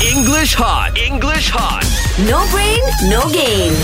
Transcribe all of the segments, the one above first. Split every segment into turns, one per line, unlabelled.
English hot. English hot.
No brain, no game.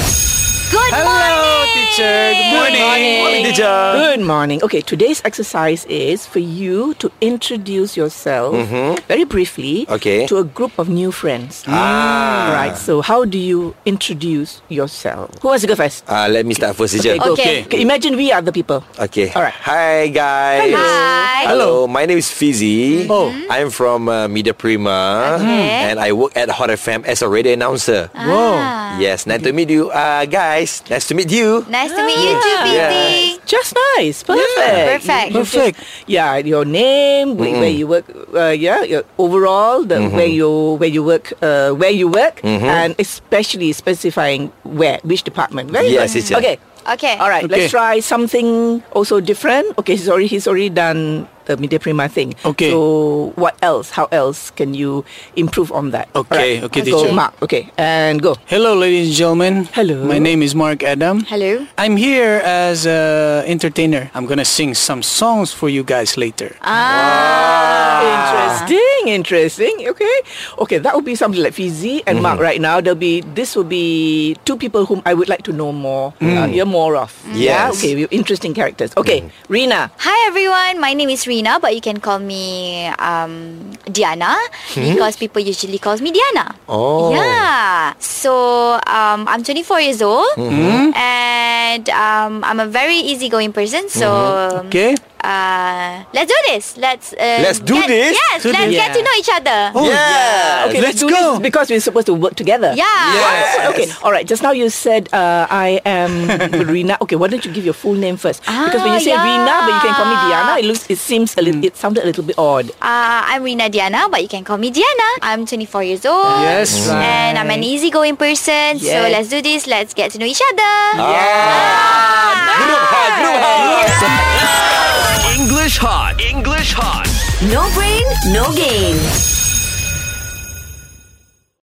Good
Hello,
morning.
teacher. Good morning.
Morning, teacher.
Good morning. Okay, today's exercise is for you to introduce yourself very briefly
Mm-hmm. Okay.
to a group of new friends.
Ah.
All right. So, how do you introduce yourself? Who wants to go first?
Uh, let me start first, teacher.
go.
Okay.
Okay, Imagine we are the people.
Okay.
All right.
Hi, guys.
Hello.
Hi.
Hello. My name is Fizzy.
Oh.
I'm from uh, Media Prima.
Okay.
And I work at Hot FM as a radio announcer.
Whoa.
Yes. Nice to meet you, uh, guys. Nice to meet you.
Nice to meet you too,
Yeah.
BT.
Just nice. Perfect.
Perfect.
You- you just- yeah, your name, wh-
Mm-hmm.
where you work, uh, yeah, your overall, the, where you where you work, uh, where you work,
Mm-hmm.
and especially specifying where, which department. Very
Yes,
good.
teacher.
Okay.
Okay.
All right,
Okay.
let's try something also different. Okay, he's already he's already done the media prima thing.
Okay.
So what else? How else can you improve on that? All
Okay,
So
okay, teacher.
Mark, okay, and go.
Hello, ladies and gentlemen.
Hello.
My name is Mark Adam.
Hello.
I'm here as a entertainer. I'm gonna sing some songs for you guys later.
Ah.
Interesting, interesting. Okay, okay, that would be something like Fizi and
Mm-hmm.
Mark right now. There'll be this will be two people whom I would like to know more,
Mm.
uh, hear more of.
Yes.
Yeah. Okay, we- interesting characters. Okay,
Mm-hmm.
Rina.
Hi everyone, my name is Rina, but you can call me um, Diana because people usually calls me Diana.
Oh.
Yeah. So um, I'm 24 years old and um, I'm a very easygoing person. So um,
Mm-hmm. Okay?
uh, let's do this. Let's uh,
Let's do
get-
this?
Yes,
Do
let's
this.
get to know each other.
Oh,
yeah.
Okay,
Let's
do this
go.
because we're supposed to work together. Oh,
Yeah.
Yes.
Okay, all right. Just now you said uh, I am Rina. Okay, why don't you give your full name first? because when you say
Ah,
Rina, but you can call me
yeah.
Diana, it looks, it seems a little, it sounded a little bit odd.
Uh, I'm Rina Diana, but you can call me Diana. I'm 24 years old.
Yes, right.
And I'm an easygoing person. So
Yes.
let's do this. Let's get to know each other.
Group hot. Group hot. English hot. English hot.
No brain, no game.